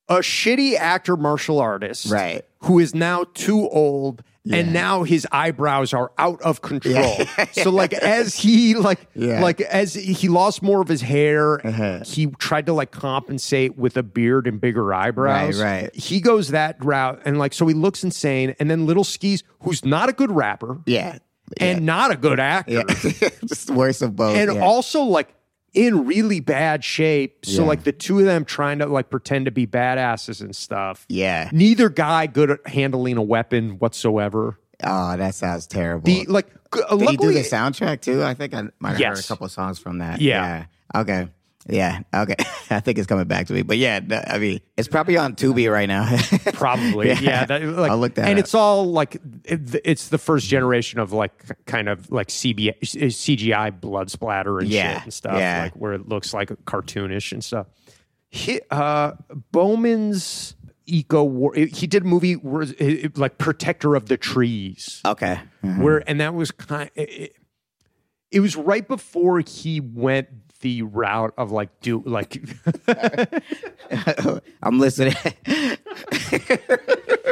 a shitty actor martial artist,
right,
who is now too old and
Yeah.
now his eyebrows are out of control. so like as he like
Yeah.
like as he lost more of his hair,
Uh-huh.
he tried to like compensate with a beard and bigger eyebrows.
Right, right.
He goes that route and like so he looks insane and then Little Skis who's not a good rapper
Yeah.
and not a good actor
Yeah. Just the worst of both.
and
yeah.
also like in really bad shape. So
Yeah.
like the two of them trying to like pretend to be badasses and stuff.
Yeah.
Neither guy good at handling a weapon whatsoever.
Oh, that sounds terrible.
The like g- uh,
Did he do
luckily
the soundtrack too? I think I might have heard
Yes.
a couple songs from that.
Yeah.
Yeah. Okay. Yeah. Okay. I think it's coming back to me. But yeah, no, I mean, it's probably on Tubi right now.
probably yeah. that, like,
I'll look that
and
up.
it's all like it, it's the first generation of like k- kind of like uh, CBI, CGI blood splatter and
Yeah,
shit and stuff
yeah.
like where it looks like cartoonish and stuff. He, uh, Bowman's eco war. He did a movie where, it- it- like Protector of the Trees.
okay. Mhm.
where and that was kind it, it- it was right before he went the route of like do like
I'm listening.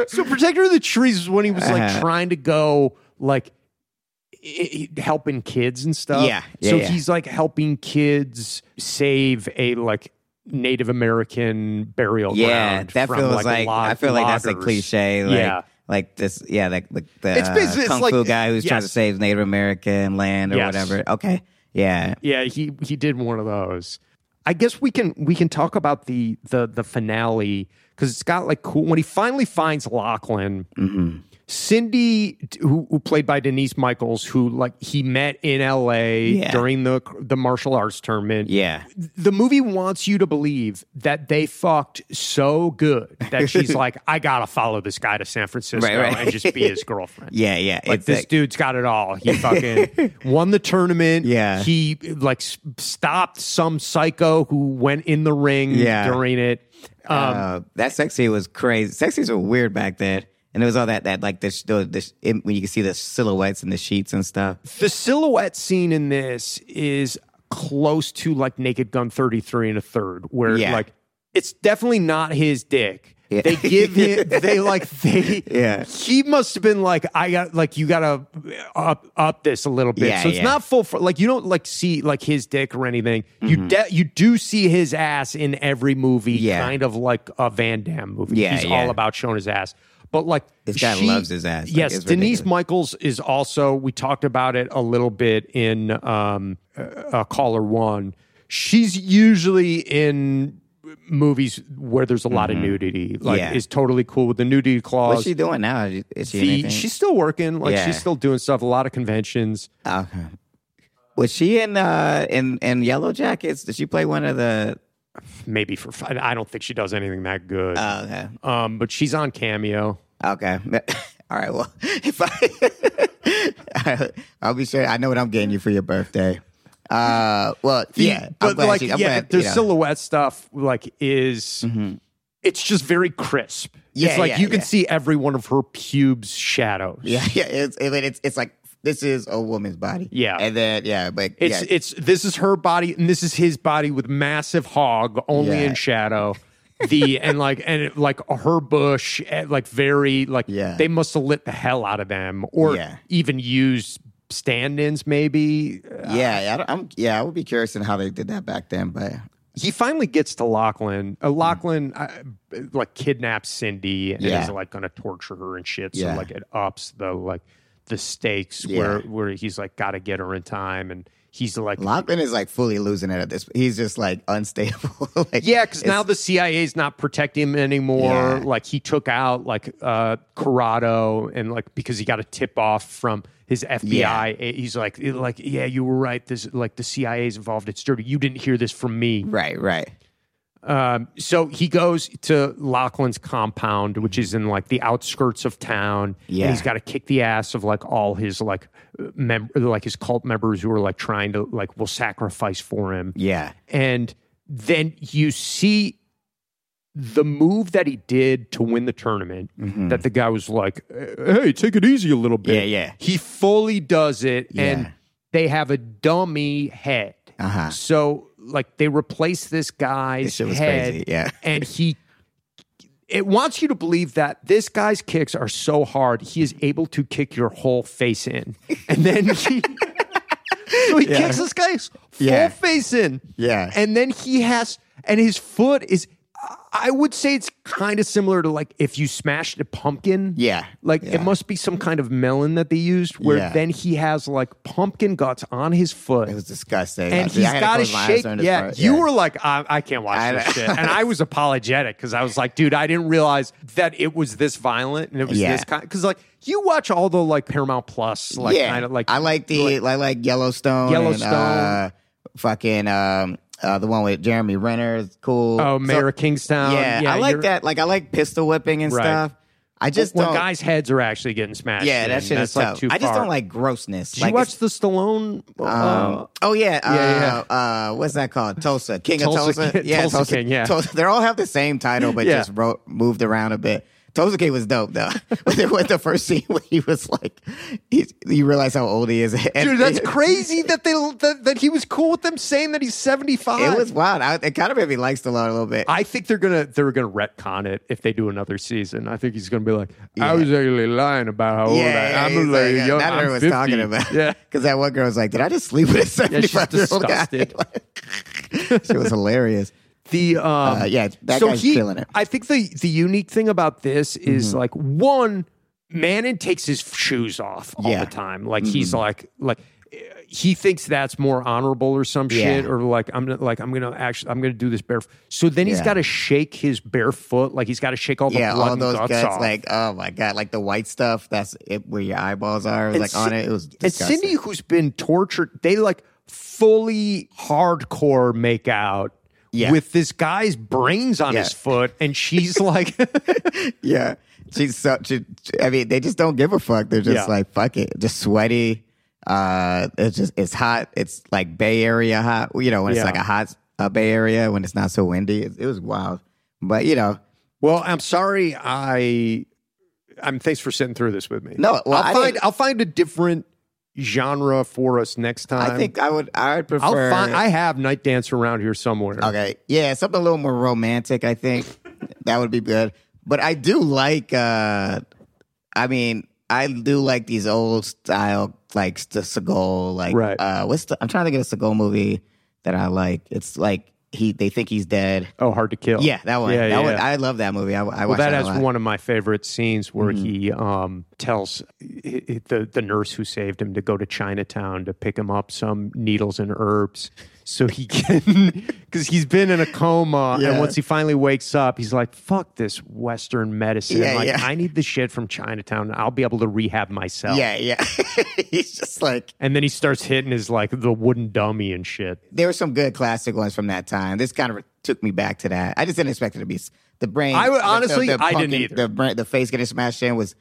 so protector of the trees is when he was like
Uh-huh.
trying to go like i i- helping kids and stuff
Yeah, yeah,
so
yeah.
he's like helping kids save a like Native American burial
yeah,
ground.
that
from,
feels like,
log-
I feel like that's like
loggers.
cliche. Like,
Yeah.
Like this, yeah, like, like the
It's basi-
uh,
it's
kung
like-
fu guy who's trying to
yes.
save Native American land or
Yes.
whatever. Okay, yeah,
Yeah, he he did one of those. I guess we can we can talk about the the the finale because it's got like cool when he finally finds Lachlan. Cindy, who, who played by Denise Michaels, who like he met in L.A.
Yeah.
during the the martial arts tournament.
yeah,
The movie wants you to believe that they fucked so good that she's like, I gotta follow this guy to San Francisco
Right, right.
and just be his girlfriend.
yeah, yeah.
Like
It's
this
like-
dude's got it all. He fucking won the tournament.
Yeah.
He like s- stopped some psycho who went in the ring
Yeah.
during it. Um,
Uh, that sex scene was crazy. Sex scenes were weird back then, and it was all that that like the, sh- the, the sh- im- when you can see the silhouettes and the sheets and stuff.
the silhouette scene in this is close to like Naked Gun 33 and a third, where
Yeah.
like it's definitely not his dick.
Yeah.
They give him, they like, they,
Yeah.
he must have been like, I got, like, you got to up, up this a little bit.
Yeah,
so it's
yeah.
not full, for, like, you don't like see like his dick or anything. You, de- you do see his ass in every movie,
Mm-hmm. Yeah.
kind of like a Van Damme movie.
Yeah,
He's
yeah.
all about showing his ass. But like,
This guy
she-
loves his ass. Like,
Yes,
it's
Denise
ridiculous.
Michaels is also. We talked about it a little bit in um, uh, uh, Caller One. She's usually in movies where there's a lot of nudity. Like,
Mm-hmm. Yeah.
is totally cool with the nudity clause.
What's she doing now? Is she
The-
in anything?
she's still working. Like,
Yeah.
she's still doing stuff. A lot of conventions.
Okay. Was she in uh in in Yellow Jackets? Did she play one of the?
Maybe for fun. I don't think she does anything that good.
Oh, okay.
um, but she's on Cameo.
Okay. All right. Well, if I, I'll be sure. I know what I'm getting you for your birthday. Uh, well, yeah, I'm
but
glad
like,
she-
yeah,
I'm glad,
their
you know.
silhouette stuff like is it's just very crisp.
Yeah,
it's like
yeah,
you can
yeah.
see every one of her pubes shadows.
Yeah, yeah. It's, I mean, it's it's like this is a woman's body.
Yeah.
and then yeah, but
It's
yeah,
it's this is her body and this is his body with massive hog only
Yeah.
in shadow. the and like and it, like her bush and like very like
Yeah.
they must have lit the hell out of them or
Yeah.
even used stand-ins maybe
yeah. I don't, I'm yeah. I would be curious in how they did that back then, but
he finally gets to Lachlan.
Hmm.
Uh, Lachlan uh, like kidnaps Cindy and
Yeah.
is like going to torture her and shit. So
Yeah.
like it ups the like the stakes
Yeah.
where where he's like got to get her in time and he's like
Lachlan is like fully losing it at this. He's just like unstable. like,
yeah because
it's-
now the CIA's not protecting him anymore.
Yeah.
Like he took out like uh Corrado and like because he got a tip off from his FBI. He's like like yeah you were right. This like the CIA's involved. It's dirty. You didn't hear this from me.
right, right.
Um, so he goes to Lachlan's compound, which is in like the outskirts of town.
Yeah.
And he's got to kick the ass of like all his like mem- like his cult members who are like trying to like will sacrifice for him.
Yeah,
And then you see the move that he did to win the tournament that the guy was like, hey, take it easy a little bit.
Mm-hmm. yeah, yeah.
He fully does it,
Yeah.
and they have a dummy head.
Uh-huh.
So, like, they replace this guy's
This shit was
head,
crazy. Yeah,
and he it wants you to believe that this guy's kicks are so hard he is able to kick your whole face in, and then he. So he
Yeah.
kicks this guy's full
Yeah.
face in.
Yeah.
And then he has, and his foot is, I would say it's kind of similar to like if you smashed a pumpkin.
Yeah.
Like
Yeah.
it must be some kind of melon that they used where
Yeah.
then he has like pumpkin guts on his foot.
It was disgusting.
and
I-
he's
I had to
got to
close my eyes
shake.
during this
Yeah,
part.
you were like, I, I can't watch
I
this
know.
shit, and I was apologetic because I was like, dude, I didn't realize that it was this violent and it was
Yeah.
this kind. Because like you watch all the like Paramount Plus, like
yeah.
kind of like
I like the I like Yellowstone.
Yellowstone.
And, uh, fucking um, uh, the one with Jeremy Renner is cool.
Oh, Mayor
So-
of Kingstown.
yeah, I like
you're-
that. Like I like pistol whipping and
Right.
stuff. I just
when
don't.
guys' heads are actually getting smashed.
yeah,
in,
that shit
that's
is
like
tough.
too
I just
far.
don't like grossness.
Did
like
you watch
it's-
the Stallone? uh,
Um, oh yeah, uh,
yeah,
Uh, what's that called? Tulsa King
Tulsa
of Tulsa.
King- Tulsa King, yeah.
Tulsa. They all have the same title, but
Yeah.
just wrote, moved around a bit. Tulsa King was dope though. With the- with the first scene when he was like, he, you realize how old he is. And
Dude, that's
it-
crazy that they that, that he was cool with them saying that he's seventy five.
It was wild. I, it kind of made me like Stallone a little bit.
I think they're gonna they're gonna retcon it if they do another season. I think he's gonna be like, I was actually lying about how old I am.
he's
I'm
like,
like,
uh,
young.
not that
I'm
I was
50.
talking about.
Yeah,
because that one girl was like, "Did I just sleep with a
yeah, she's
seventy-five year old guy?"
disgusted.
She was hilarious.
The um,
Uh, yeah, that
so
guy's
he,
killing it. Mm-hmm.
I think the the unique thing about this is like one, Manon takes his shoes off all
Yeah. Mm-hmm.
the time. Like he's like like eh, he thinks that's more honorable or some
Yeah.
shit or like I'm gonna- like I'm gonna actually I'm gonna do this barefoot. So then he's
Yeah.
got to shake his bare foot. Like he's got to shake all the
yeah,
blood
all
and
those
guts,
guts,
off.
like oh my god, like the white stuff. That's it, where your eyeballs are. It was
And
like on
Cin-
it. It was
and
disgusting.
Cindy, who's been tortured, they like fully hardcore make out.
Yeah.
With this guy's brains on
Yeah.
his foot, and she's like,
Yeah, she's so. She, I mean, they just don't give a fuck. They're just
Yeah.
like fuck it, just sweaty. Uh, it's just it's hot. It's like Bay Area hot. You know, when
Yeah.
it's like a hot uh, Bay Area when it's not so windy. It, it was wild, but you know,
Well, I'm sorry. I, I'm thanks for sitting through this with me.
No, well, I
I'll find
didn't-
I'll find a different genre for us next time.
I think I would. I would
I'll
prefer.
find. I have night dance around here somewhere.
Okay. Yeah, something a little more romantic, I think. that would be good. But I do like uh I mean, I do like these old style like the Seagal like
Right.
uh what's the I'm trying to think of a Seagal movie that I like. It's like he they think he's dead.
Oh, hard to kill.
Yeah, that one.
Yeah,
that
yeah,
one.
yeah.
I love that movie. I, I
Well,
watch
that
that,
has
a lot. Mm-hmm.
one of my favorite scenes where he um, tells i- i- the the nurse who saved him to go to Chinatown to pick him up some needles and herbs so he can because he's been in a coma and
Yeah.
once he finally wakes up he's like fuck this Western medicine
Yeah,
like
yeah.
I need the shit from Chinatown I'll be able to rehab myself
Yeah, yeah. he's just like
and then he starts hitting his like the wooden dummy and shit
there were some good classic ones from that time. This kind of took me back to that. I just didn't expect it to be s- the brain.
I would-
the-
honestly, I didn't
pumpkin-
either.
The brain, the face getting smashed in was,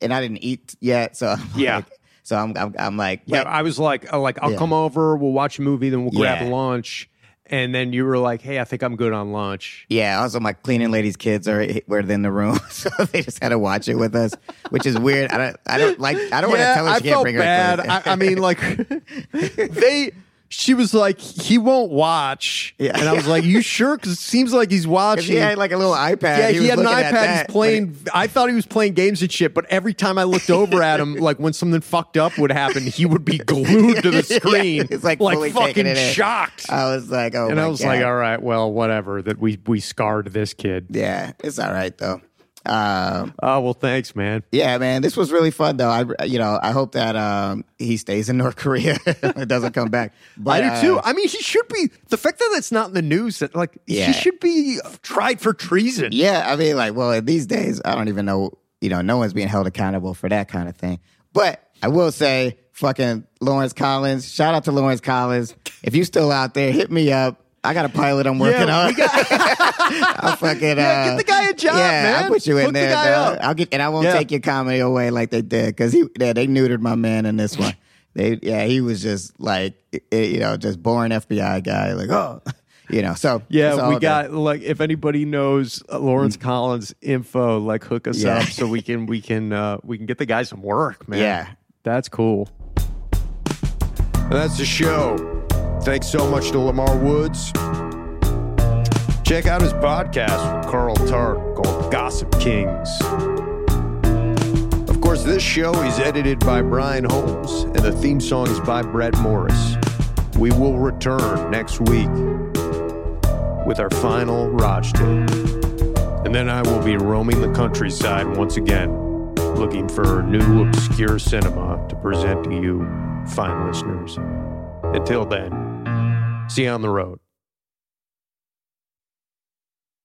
and I didn't eat yet, so I'm
Yeah.
like- so I'm I'm, I'm like
Yeah,
but-
I was like, uh, like I'll
Yeah.
come over, we'll watch a movie, then we'll grab
Yeah.
lunch. And then you were like, "Hey, I think I'm good on lunch."
yeah. Also, my cleaning ladies' kids are were in the room, so they just had to watch it with us, which is weird. I don't I don't like I don't want to tell her
I
she can't
felt
bring
bad.
her.
I, I mean, like they. She was like, he won't watch.
Yeah.
And I was like, you sure? Because it seems like he's watching.
she had like a little iPad.
yeah, he,
was
had an
looking at
iPad. He's
that, but-
playing. I thought he was playing games and shit. But every time I looked over at him, like when something fucked up would happen, he would be glued to the screen.
It's like fully taking
fucking
it in.
shocked.
I was like, oh,
and
my
I was
God.
like, all right, well, whatever. That we we scarred this kid.
yeah, it's all right though. Um,
Oh well, thanks, man.
Yeah, man, this was really fun though. I, you know, I hope that um, he stays in North Korea and doesn't come back. But
I do too.
uh,
I mean, he should be. The fact that it's not in the news that like
Yeah.
he should be tried for treason.
yeah, I mean, like, well, these days, I don't even know. You know, no one's being held accountable for that kind of thing. But I will say, fucking Lawrence Collins. Shout out to Lawrence Collins. If you still out there, hit me up. I got a pilot I'm working
Yeah,
on. I'll fucking
Yeah,
uh,
get the guy a job,
yeah,
man.
I'll put you in
Hook the
there.
guy
dog.
up.
I'll get and I won't
Yeah.
take your comedy away like they did because he yeah, they neutered my man in this one. They yeah, he was just like it- it, you know just born FBI guy like oh you know so it's
Yeah,
all
we
good. Mm.
got like if anybody knows uh, Lawrence Collins info, like hook us
Yeah.
up so we can we can uh we can get the guy some work, man.
Yeah.
That's cool. That's the show. Thanks so much to Lamar Woods. Check out his podcast with Carl Tart called Gossip Kings. Of course, this show is edited by Brian Holmes, and the theme song is by Brett Morris. We will return next week with our final Raj Day. And then I will be roaming the countryside once again, looking for new obscure cinema to present to you, fine listeners. Until then, see you on the road.